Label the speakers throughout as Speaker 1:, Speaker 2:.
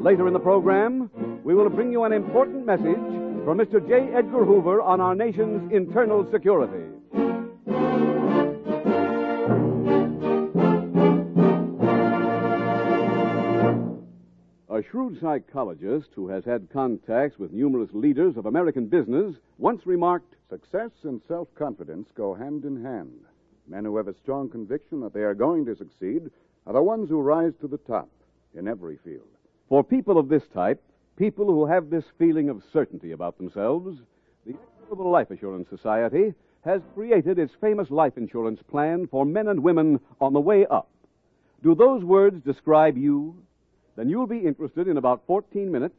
Speaker 1: Later in the program, we will bring you an important message from Mr. J. Edgar Hoover on our nation's internal security. A shrewd psychologist who has had contacts with numerous leaders of American business once remarked
Speaker 2: Success and self confidence go hand in hand. Men who have a strong conviction that they are going to succeed are the ones who rise to the top in every field.
Speaker 1: For people of this type, people who have this feeling of certainty about themselves, the Equitable Life Assurance Society has created its famous life insurance plan for men and women on the way up. Do those words describe you? Then you'll be interested in about 14 minutes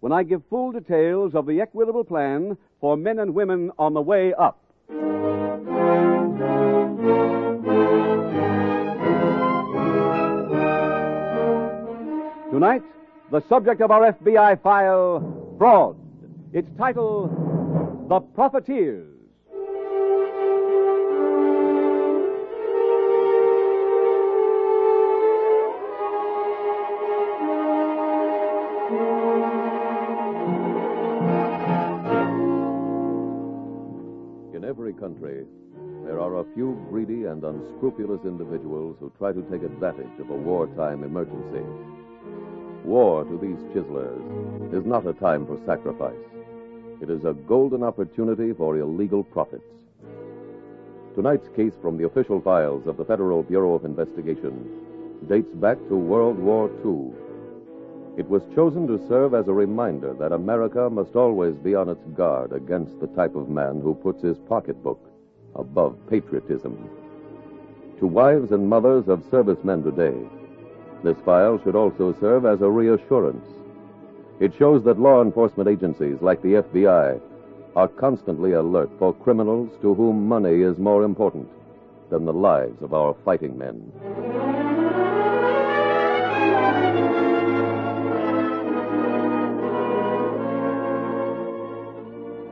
Speaker 1: when I give full details of the Equitable plan for men and women on the way up. Tonight, the subject of our FBI file, Fraud. Its title, The Profiteers.
Speaker 3: In every country, there are a few greedy and unscrupulous individuals who try to take advantage of a wartime emergency. War to these chiselers is not a time for sacrifice. It is a golden opportunity for illegal profits. Tonight's case from the official files of the Federal Bureau of Investigation dates back to World War II. It was chosen to serve as a reminder that America must always be on its guard against the type of man who puts his pocketbook above patriotism. To wives and mothers of servicemen today, this file should also serve as a reassurance. It shows that law enforcement agencies like the FBI are constantly alert for criminals to whom money is more important than the lives of our fighting men.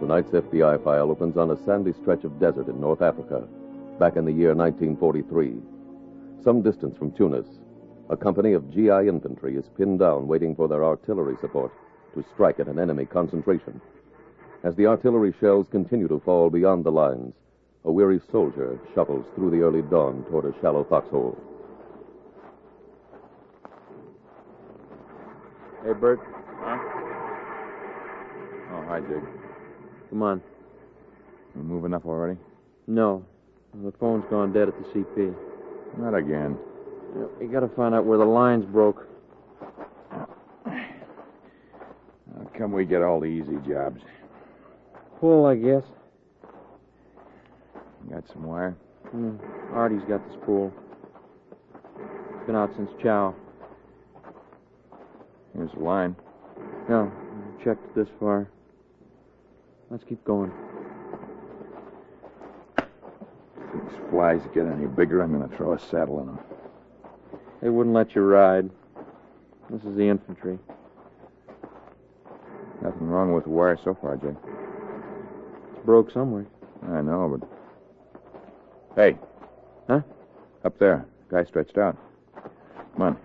Speaker 3: Tonight's FBI file opens on a sandy stretch of desert in North Africa, back in the year 1943. Some distance from Tunis, a company of GI infantry is pinned down waiting for their artillery support to strike at an enemy concentration. As the artillery shells continue to fall beyond the lines, a weary soldier shuffles through the early dawn toward a shallow foxhole.
Speaker 4: Hey, Bert. Huh? Oh, hi, Jig.
Speaker 5: Come on.
Speaker 4: You moving up already?
Speaker 5: No. The phone's gone dead at the CP.
Speaker 4: Not again.
Speaker 5: Yeah, We gotta find out where the lines broke.
Speaker 4: How come we get all the easy jobs?
Speaker 5: Pull, I guess.
Speaker 4: Got some wire?
Speaker 5: Hmm. Artie's got the spool. Been out since chow.
Speaker 4: Here's the line.
Speaker 5: No, I checked this far. Let's keep going.
Speaker 4: If these flies get any bigger, I'm going to throw a saddle in them.
Speaker 5: They wouldn't let you ride. This is the infantry.
Speaker 4: Nothing wrong with the wire so far, Jig.
Speaker 5: It's broke somewhere.
Speaker 4: I know, but. Hey.
Speaker 5: Huh?
Speaker 4: Up there. Guy stretched out. Come on.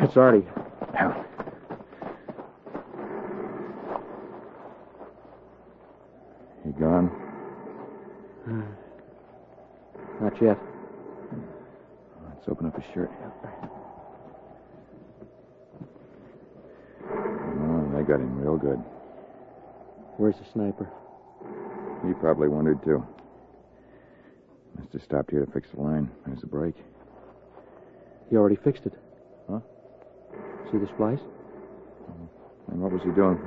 Speaker 5: It's Artie.
Speaker 4: Now. He gone?
Speaker 5: Not yet.
Speaker 4: Let's open up his shirt. Oh, they got him real good.
Speaker 5: Where's the sniper?
Speaker 4: He probably wondered, too. Must have stopped here to fix the line. There's the break.
Speaker 5: He already fixed it.
Speaker 4: Huh?
Speaker 5: See the splice?
Speaker 4: And what was he doing?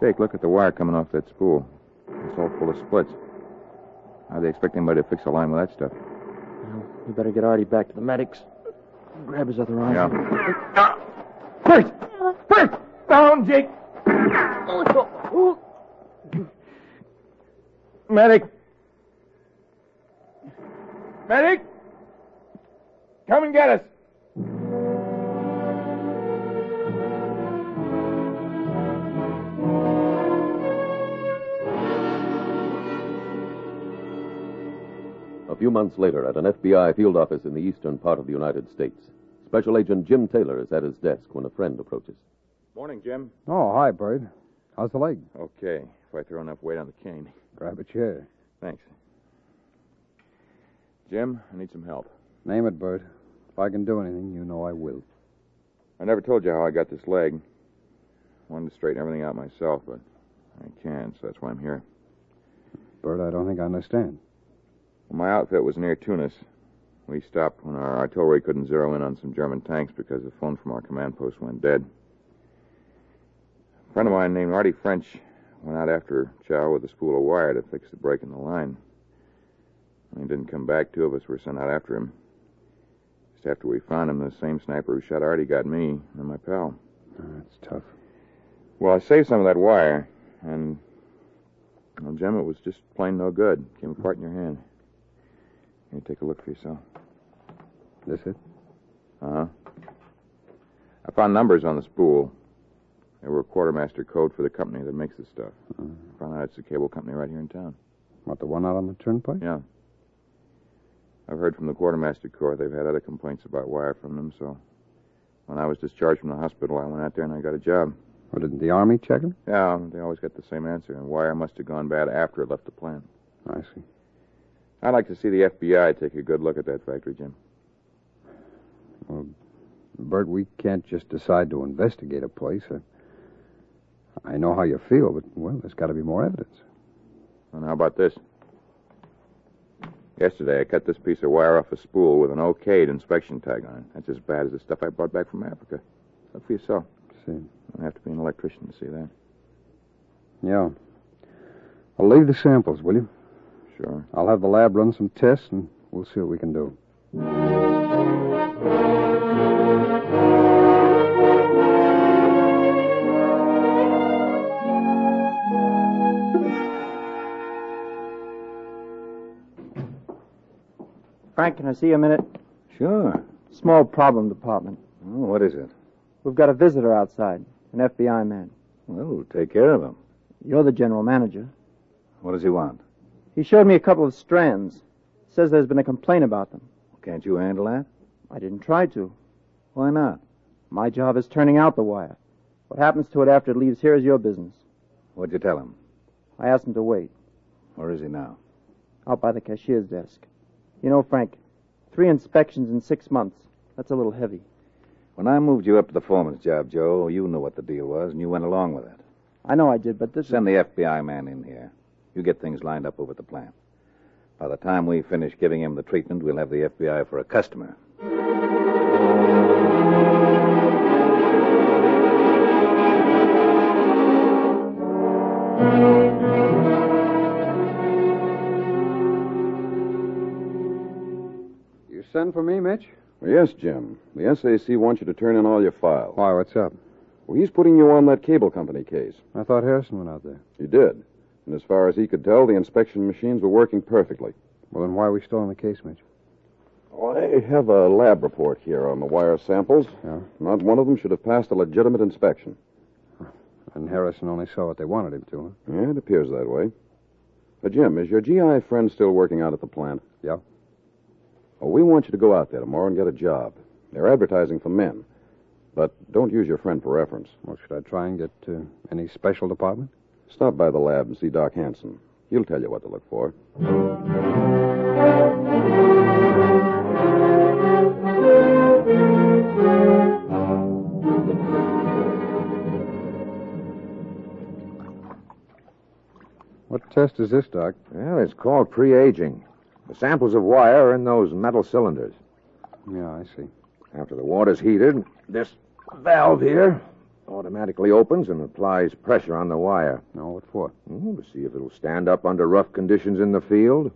Speaker 4: Jake, look at the wire coming off that spool. It's all full of splits. How'd they expect anybody to fix a line with that stuff?
Speaker 5: Well, we better get Artie back to the medics. Grab his other arm.
Speaker 4: Yeah.
Speaker 5: First! First! Down, Jake! Medic! Medic! Come and get us!
Speaker 3: A few months later, at an FBI field office in the eastern part of the United States, Special Agent Jim Taylor is at his desk when a friend approaches.
Speaker 6: Morning, Jim.
Speaker 1: Oh, hi, Bird. How's the leg?
Speaker 4: Okay, if I throw enough weight on the cane.
Speaker 1: Grab a chair.
Speaker 4: Thanks. Jim, I need some help.
Speaker 1: Name it, Bird. If I can do anything, you know I will.
Speaker 4: I never told you how I got this leg. Wanted to straighten everything out myself, but I can't, so that's why I'm here.
Speaker 1: Bird, I don't think I understand.
Speaker 4: Well, my outfit was near Tunis. We stopped when our artillery couldn't zero in on some German tanks because the phone from our command post went dead. A friend of mine named Artie French went out after Chow with a spool of wire to fix the break in the line. When he didn't come back, two of us were sent out after him. Just after we found him, the same sniper who shot Artie got me and my pal.
Speaker 1: That's tough.
Speaker 4: Well, I saved some of that wire, and well, Jim, it was just plain no good. Came apart in your hand. Here, take a look for yourself.
Speaker 1: This it?
Speaker 4: Uh huh. I found numbers on the spool. They were a quartermaster code for the company that makes this stuff. I found out it's a cable company right here in town.
Speaker 1: What, the one out on the turnpike?
Speaker 4: Yeah. I've heard from the quartermaster corps they've had other complaints about wire from them, so when I was discharged from the hospital, I went out there and I got a job.
Speaker 1: Or didn't the Army check it?
Speaker 4: Yeah, they always got the same answer, and wire must have gone bad after it left the plant.
Speaker 1: I see.
Speaker 4: I'd like to see the FBI take a good look at that factory, Jim.
Speaker 1: Bert, we can't just decide to investigate a place. I- I know how you feel, but, well, there's got to be more evidence.
Speaker 4: And how about this? Yesterday, I cut this piece of wire off a spool with an okayed inspection tag on it. That's as bad as the stuff I brought back from Africa. Look for yourself.
Speaker 1: See.
Speaker 4: I have to be an electrician to see that.
Speaker 1: Yeah. I'll leave the samples, will you?
Speaker 4: Sure.
Speaker 1: I'll have the lab run some tests, and we'll see what we can do.
Speaker 5: Frank, can I see you a minute?
Speaker 6: Sure.
Speaker 5: Small problem, Department.
Speaker 6: Well, what is it?
Speaker 5: We've got a visitor outside, an FBI man.
Speaker 6: Well, we'll take care of him.
Speaker 5: You're the general manager.
Speaker 6: What does he want?
Speaker 5: He showed me a couple of strands. Says there's been a complaint about them.
Speaker 6: Can't you handle that?
Speaker 5: I didn't try to.
Speaker 6: Why not?
Speaker 5: My job is turning out the wire. What happens to it after it leaves here is your business.
Speaker 6: What'd you tell him?
Speaker 5: I asked him to wait,
Speaker 6: Where is he now?
Speaker 5: out by the cashier's desk. You know, Frank, three inspections in six months. That's a little heavy.
Speaker 6: When I moved you up to the foreman's job, Joe, you knew what the deal was, and you went along with it.
Speaker 5: I know I did, but this
Speaker 6: Send the FBI man in here. You get things lined up over at the plant. By the time we finish giving him the treatment, we'll have the FBI for a customer.
Speaker 1: You send for me, Mitch?
Speaker 3: Yes, Jim. The SAC wants you to turn in all your files.
Speaker 1: Why, what's up?
Speaker 3: Well, he's putting you on that cable company case.
Speaker 1: I thought Harrison went out there.
Speaker 3: You did. And as far as he could tell, the inspection machines were working perfectly.
Speaker 1: Well, then why are we still on the case, Mitch?
Speaker 3: I have a lab report here on the wire samples.
Speaker 1: Yeah.
Speaker 3: Not one of them should have passed a legitimate inspection.
Speaker 1: And Harrison only saw what they wanted him to. Huh?
Speaker 3: Yeah, it appears that way. Uh, Jim, is your GI friend still working out at the plant?
Speaker 1: Yeah.
Speaker 3: Well, we want you to go out there tomorrow and get a job. They're advertising for men. But don't use your friend for reference.
Speaker 1: Well, should I try and get uh, any special department?
Speaker 3: Stop by the lab and see Doc Hanson. He'll tell you what to look for.
Speaker 1: What test is this, Doc?
Speaker 7: Well, it's called pre-aging. The samples of wire are in those metal cylinders.
Speaker 1: Yeah, I see.
Speaker 7: After the water's heated, this valve here automatically opens and applies pressure on the wire
Speaker 1: No, what for?
Speaker 7: Hmm, to see if it'll stand up under rough conditions in the field.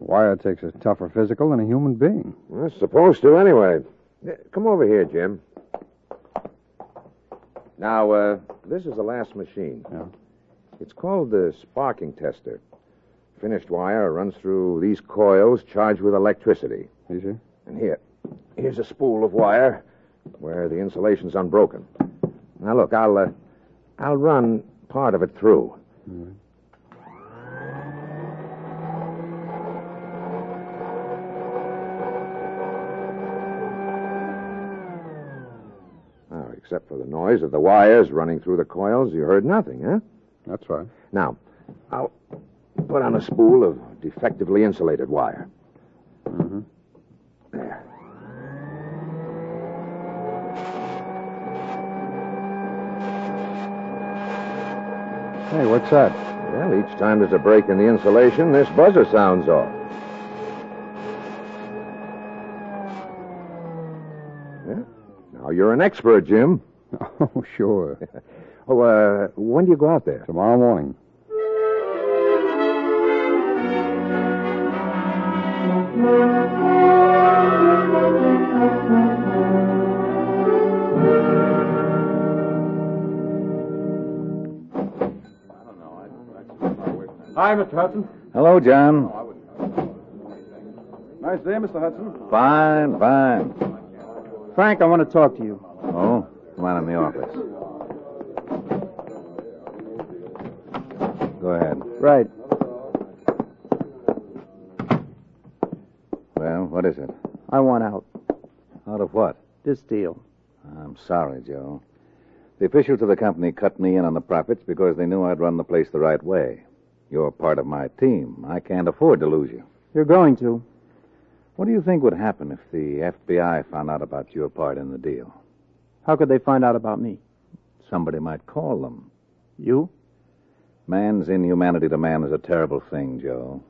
Speaker 1: Wire takes a tougher physical than a human being.
Speaker 7: Well, it's supposed to anyway.
Speaker 8: Uh, Come over here, Jim. Now, uh, this is the last machine.
Speaker 5: Yeah.
Speaker 8: It's called the sparking tester. Finished wire runs through these coils charged with electricity.
Speaker 5: You see?
Speaker 8: And here, here's a spool of wire where the insulation's unbroken. Now look, I'll uh, I'll run part of it through. Now, Oh, except for the noise of the wires running through the coils, you heard nothing, huh?
Speaker 5: That's right.
Speaker 8: Now, I'll put on a spool of defectively insulated wire. Mm-hmm. There.
Speaker 5: Hey, what's that?
Speaker 8: Well, each time there's a break in the insulation, this buzzer sounds off. Yeah. Now you're an expert, Jim.
Speaker 5: Oh, sure.
Speaker 8: Oh, uh, when do you go out there?
Speaker 5: Tomorrow morning.
Speaker 1: Hi, Mr. Hudson.
Speaker 4: Hello, John.
Speaker 1: Nice day, Mr. Hudson.
Speaker 4: Fine, fine.
Speaker 9: Frank, I want to talk to you.
Speaker 4: Oh, come on in the office. Go ahead.
Speaker 9: Right.
Speaker 4: Well, what is it?
Speaker 9: I want out.
Speaker 4: Out of what?
Speaker 9: This deal.
Speaker 4: I'm sorry, Joe. The officials of the company cut me in on the profits because they knew I'd run the place the right way. You're part of my team. I can't afford to lose you.
Speaker 9: You're going to.
Speaker 4: What do you think would happen if the FBI found out about your part in the deal?
Speaker 9: How could they find out about me?
Speaker 4: Somebody might call them.
Speaker 9: You?
Speaker 4: Man's inhumanity to man is a terrible thing, Joe.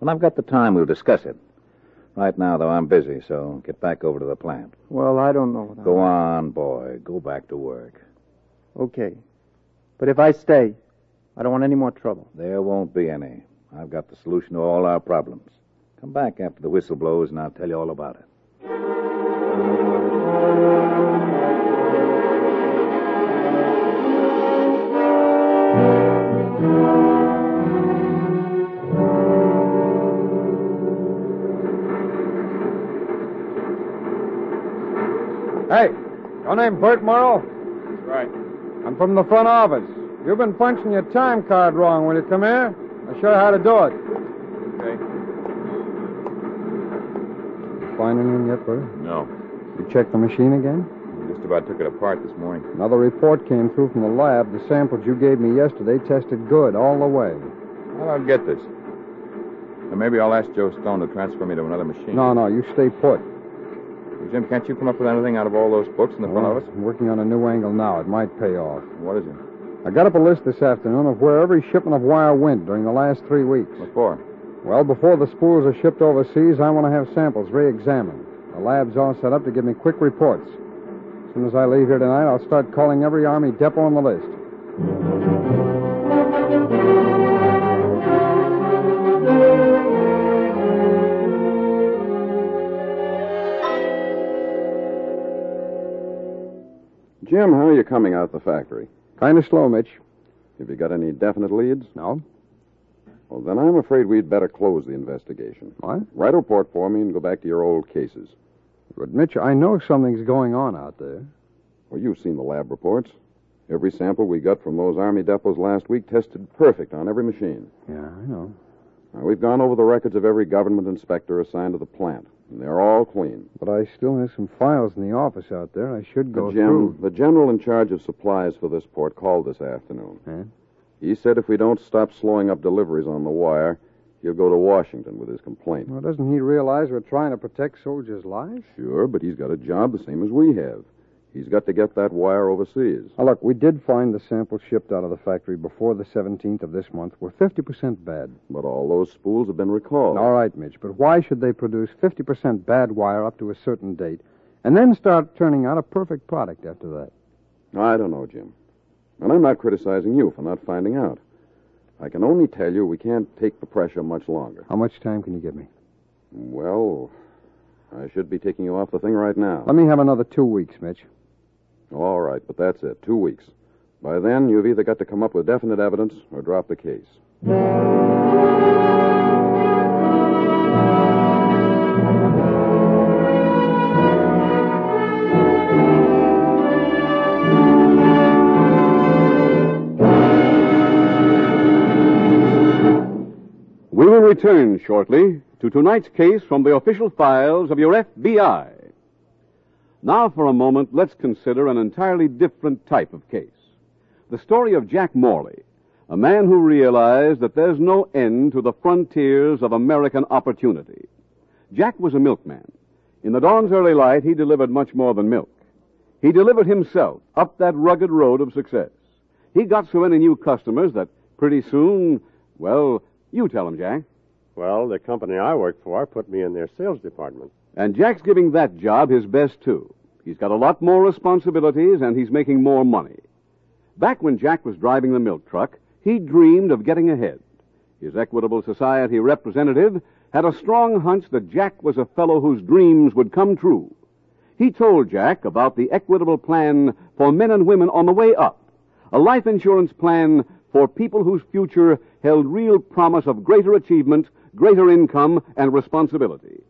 Speaker 4: When I've got the time, we'll discuss it. Right now, though, I'm busy, so get back over to the plant.
Speaker 9: Well, I don't know. That.
Speaker 4: Go on, boy. Go back to work.
Speaker 9: Okay. But if I stay, I don't want any more trouble.
Speaker 4: There won't be any. I've got the solution to all our problems. Come back after the whistle blows, and I'll tell you all about it.
Speaker 3: Hey, your name Bert Morrow?
Speaker 1: Right.
Speaker 3: I'm from the front office. You've been punching your time card wrong when you come here. I'll show you how to do it.
Speaker 1: Okay.
Speaker 5: Find anything yet, Bert?
Speaker 4: No.
Speaker 5: You checked the machine again?
Speaker 4: Just about took it apart this morning.
Speaker 5: Another report came through from the lab. The samples you gave me yesterday tested good all the way.
Speaker 4: Well, I'll get this. And maybe I'll ask Joe Stone to transfer me to another machine.
Speaker 5: No, no, you stay put.
Speaker 4: Jim, can't you come up with anything out of all those books in the front
Speaker 5: Well,
Speaker 4: office?
Speaker 5: I'm working on a new angle now. It might pay off.
Speaker 4: What is it?
Speaker 5: I got up a list this afternoon of where every shipment of wire went during the last three weeks.
Speaker 4: What for?
Speaker 5: Well, before the spools are shipped overseas, I want to have samples re-examined. The lab's all set up to give me quick reports. As soon as I leave here tonight, I'll start calling every Army depot on the list.
Speaker 3: Jim, how are you coming out of the factory?
Speaker 5: Kind of slow, Mitch.
Speaker 3: Have you got any definite leads?
Speaker 5: No?
Speaker 3: Well, then I'm afraid we'd better close the investigation.
Speaker 5: What?
Speaker 3: Write a report for me and go back to your old cases.
Speaker 5: But, Mitch, I know something's going on out there.
Speaker 3: Well, you've seen the lab reports. Every sample we got from those Army depots last week tested perfect on every machine.
Speaker 5: Yeah, I know.
Speaker 3: Now, we've gone over the records of every government inspector assigned to the plant, and they're all clean.
Speaker 5: But I still have some files in the office out there I should go
Speaker 3: the, gen-
Speaker 5: through.
Speaker 3: the general in charge of supplies for this port called this afternoon.
Speaker 5: Huh?
Speaker 3: He said if we don't stop slowing up deliveries on the wire, he'll go to Washington with his complaint.
Speaker 5: Well, doesn't he realize we're trying to protect soldiers' lives?
Speaker 3: Sure, but he's got a job the same as we have. He's got to get that wire overseas.
Speaker 5: Now, look, we did find the samples shipped out of the factory before the 17th of this month were 50% bad.
Speaker 3: But all those spools have been recalled.
Speaker 5: All right, Mitch, but why should they produce 50% bad wire up to a certain date and then start turning out a perfect product after that?
Speaker 3: I don't know, Jim. And I'm not criticizing you for not finding out. I can only tell you we can't take the pressure much longer.
Speaker 5: How much time can you give me?
Speaker 3: Well,
Speaker 10: I should be taking you off the thing right now. Oh,
Speaker 11: Let me have another two weeks, Mitch.
Speaker 10: All right, but that's it. Two weeks. By then, you've either got to come up with definite evidence or drop the case.
Speaker 1: We will return shortly to tonight's case from the official files of your FBI. Now, for a moment, let's consider an entirely different type of case. The story of Jack Morley, a man who realized that there's no end to the frontiers of American opportunity. Jack was a milkman. In the dawn's early light, he delivered much more than milk. He delivered himself up that rugged road of success. He got so many new customers that pretty soon, well, you tell him, Jack.
Speaker 12: Well, the company I work for put me in their sales department.
Speaker 1: And Jack's giving that job his best, too. He's got a lot more responsibilities and he's making more money. Back when Jack was driving the milk truck, he dreamed of getting ahead. His Equitable Society representative had a strong hunch that Jack was a fellow whose dreams would come true. He told Jack about the Equitable Plan for men and women on the way up, a life insurance plan for people whose future held real promise of greater achievement, greater income, and responsibility.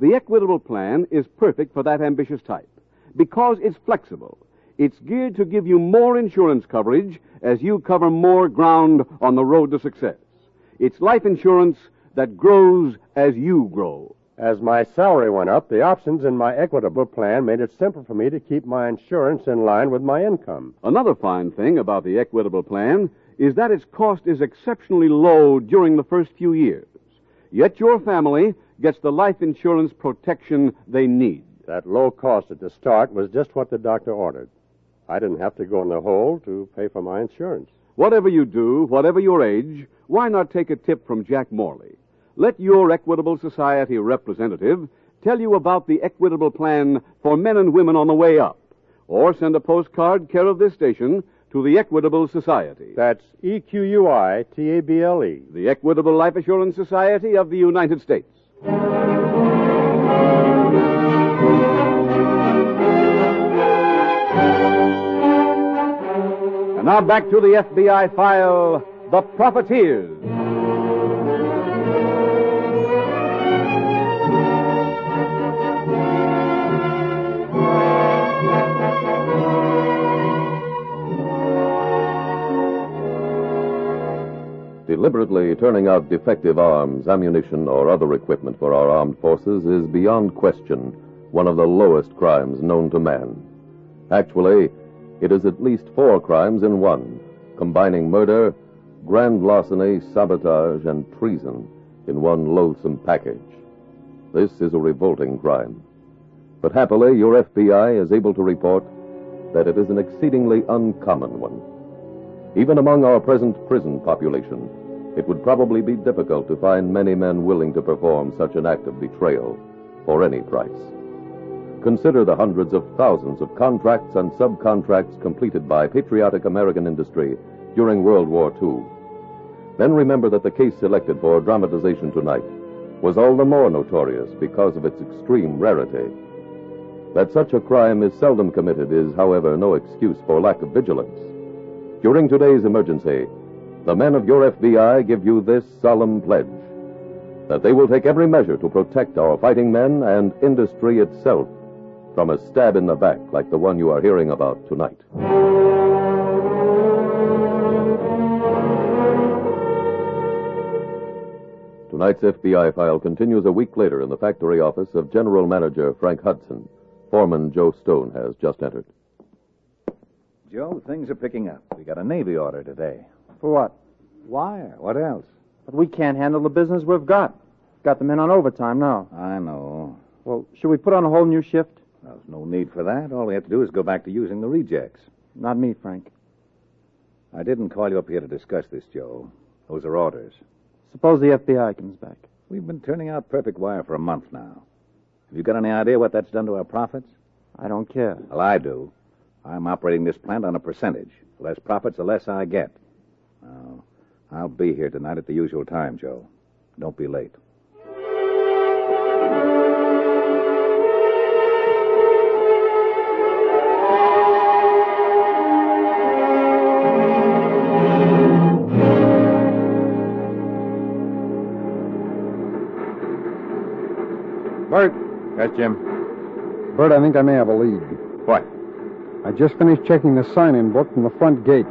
Speaker 1: The Equitable Plan is perfect for that ambitious type because it's flexible. It's geared to give you more insurance coverage as you cover more ground on the road to success. It's life insurance that grows as you grow.
Speaker 12: As my salary went up, the options in my equitable plan made it simple for me to keep my insurance in line with my income.
Speaker 1: Another fine thing about the Equitable Plan is that its cost is exceptionally low during the first few years. Yet your family gets the life insurance protection they need.
Speaker 12: That low cost at the start was just what the doctor ordered. I didn't have to go in the hole to pay for my insurance.
Speaker 1: Whatever you do, whatever your age, why not take a tip from Jack Morley? Let your Equitable Society representative tell you about the Equitable Plan for men and women on the way up, or send a postcard care of this station to the Equitable Society.
Speaker 12: That's E Q U I T A B L E.
Speaker 1: the Equitable Life Assurance Society of the United States. And now back to the FBI file The Profiteers.
Speaker 3: Deliberately turning out defective arms, ammunition, or other equipment for our armed forces is beyond question one of the lowest crimes known to man. Actually, it is at least four crimes in one, combining murder, grand larceny, sabotage, and treason in one loathsome package. This is a revolting crime. But happily, your FBI is able to report that it is an exceedingly uncommon one. Even among our present prison population, it would probably be difficult to find many men willing to perform such an act of betrayal for any price. Consider the hundreds of thousands of contracts and subcontracts completed by patriotic American industry during World War II. Then remember that the case selected for dramatization tonight was all the more notorious because of its extreme rarity. That such a crime is seldom committed is, however, no excuse for lack of vigilance. During today's emergency, the men of your FBI give you this solemn pledge that they will take every measure to protect our fighting men and industry itself from a stab in the back like the one you are hearing about tonight. Tonight's FBI file continues a week later in the factory office of General Manager Frank Hudson. Foreman Joe Stone has just entered.
Speaker 4: Joe, things are picking up. We got a Navy order today.
Speaker 5: For what?
Speaker 4: Wire. What else?
Speaker 5: But we can't handle the business we've got. Got the men on overtime now.
Speaker 4: I know.
Speaker 5: Well, should we put on a whole new shift?
Speaker 4: There's no need for that. All we have to do is go back to using the rejects.
Speaker 5: Not me, Frank.
Speaker 4: I didn't call you up here to discuss this, Joe. Those are orders.
Speaker 5: Suppose the FBI comes back.
Speaker 4: We've been turning out perfect wire for a month now. Have you got any idea what that's done to our profits?
Speaker 5: I don't care.
Speaker 4: Well, I do. I'm operating this plant on a percentage. The less profits, the less I get. Now, I'll be here tonight at the usual time, Joe. Don't be late.
Speaker 3: Jim?
Speaker 4: Bert, I think I may have a lead.
Speaker 3: What?
Speaker 4: I just finished checking the sign-in book from the front gate.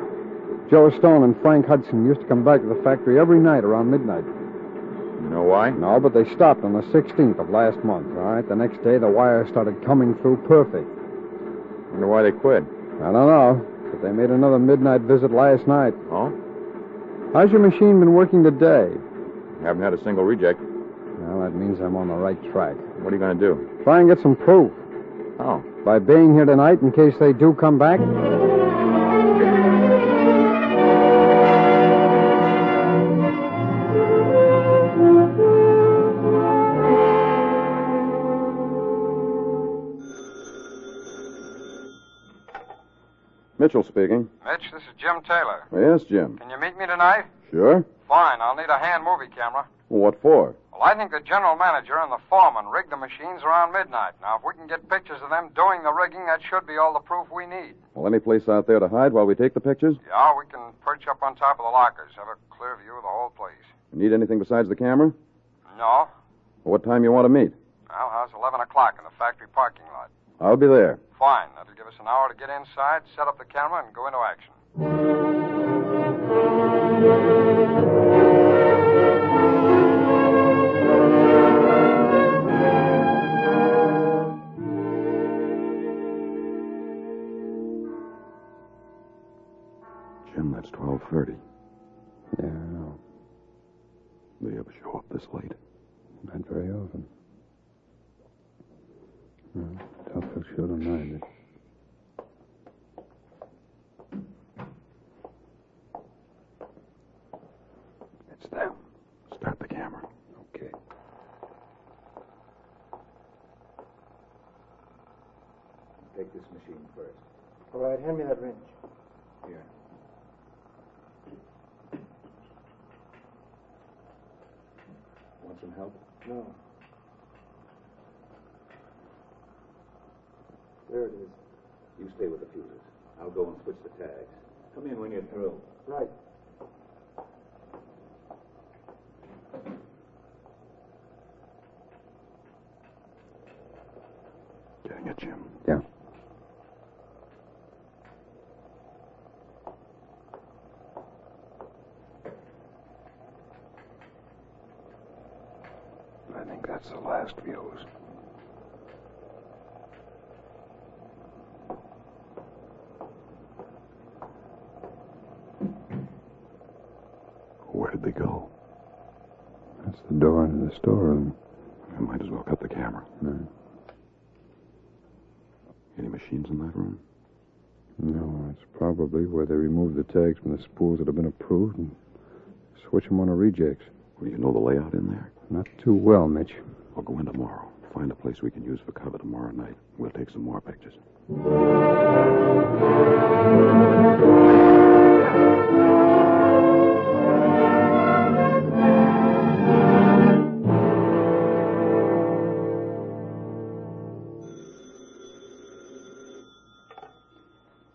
Speaker 4: Joe Stone and Frank Hudson used to come back to the factory every night around midnight.
Speaker 3: You know why?
Speaker 4: No, but they stopped on the 16th of last month, all right? The next day, the wire started coming through perfect.
Speaker 3: Wonder why they quit.
Speaker 4: I don't know, but they made another midnight visit last night.
Speaker 3: Oh?
Speaker 4: How's your machine been working today?
Speaker 3: Haven't had a single reject.
Speaker 4: Well, that means I'm on the right track.
Speaker 3: What are you going to do?
Speaker 4: Try and get some proof
Speaker 3: Oh.
Speaker 4: by being here tonight in case they do come back.
Speaker 1: Mitchell speaking.
Speaker 12: Mitch, this is Jim Taylor.
Speaker 1: Yes, Jim.
Speaker 12: Can you meet me tonight?
Speaker 1: Sure.
Speaker 12: Fine. I'll need a hand movie camera.
Speaker 1: What for?
Speaker 12: Well, I think the general manager and the foreman rigged the machines around midnight. Now, if we can get pictures of them doing the rigging, that should be all the proof we need.
Speaker 1: Well, any place out there to hide while Oh, we take the pictures?
Speaker 12: Yeah, we can perch up on top of the lockers, have a clear view of the whole place.
Speaker 1: Need anything besides the camera?
Speaker 12: No?
Speaker 1: What time you want to meet?
Speaker 12: Well, how's 11 o'clock in the factory parking lot?
Speaker 1: I'll be there.
Speaker 12: Fine. That'll give us an hour to get inside, set up the camera, and go into action.
Speaker 3: Jim, that's 12.30.
Speaker 4: Yeah, I know.
Speaker 3: Do you ever show up this late?
Speaker 4: Not very often. Tough look sure don't mind it.
Speaker 3: It's them. Start the camera.
Speaker 4: Okay.
Speaker 13: Take this machine first.
Speaker 5: All right, hand me that wrench.
Speaker 13: Want some help?
Speaker 5: No. There it is.
Speaker 13: You stay with the fuses. I'll go and switch the tags. Come in when you're through.
Speaker 5: Right.
Speaker 3: Getting it, Jim.
Speaker 4: Yeah.
Speaker 3: I think that's the last views. Where'd they go?
Speaker 4: That's the door into the storeroom.
Speaker 3: I might as well cut the camera. Any machines in that room?
Speaker 4: No, it's probably where they removed the tags from the spools that have been approved and switch them on to rejects.
Speaker 3: Well, you know the layout in there.
Speaker 4: Not too well, Mitch.
Speaker 3: I'll go in tomorrow. Find a place we can use for cover tomorrow night. We'll take some more pictures.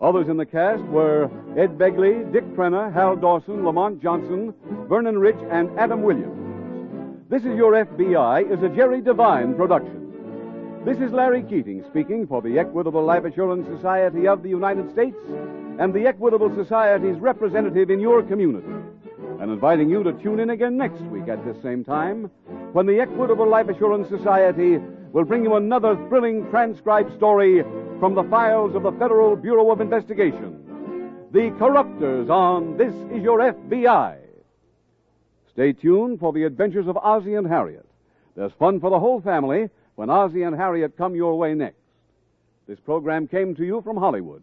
Speaker 1: Others in the cast were Ed Begley, Dick Trenner, Hal Dawson, Lamont Johnson, Vernon Rich, and Adam Williams. This is Your FBI is a Jerry Devine production. This is Larry Keating speaking for the Equitable Life Assurance Society of the United States and the Equitable Society's representative in your community. And inviting you to tune in again next week at this same time when the Equitable Life Assurance Society will bring you another thrilling transcribed story from the files of the Federal Bureau of Investigation. The Corruptors on This Is Your FBI. Stay tuned for the adventures of Ozzie and Harriet. There's fun for the whole family when Ozzie and Harriet come your way next. This program came to you from Hollywood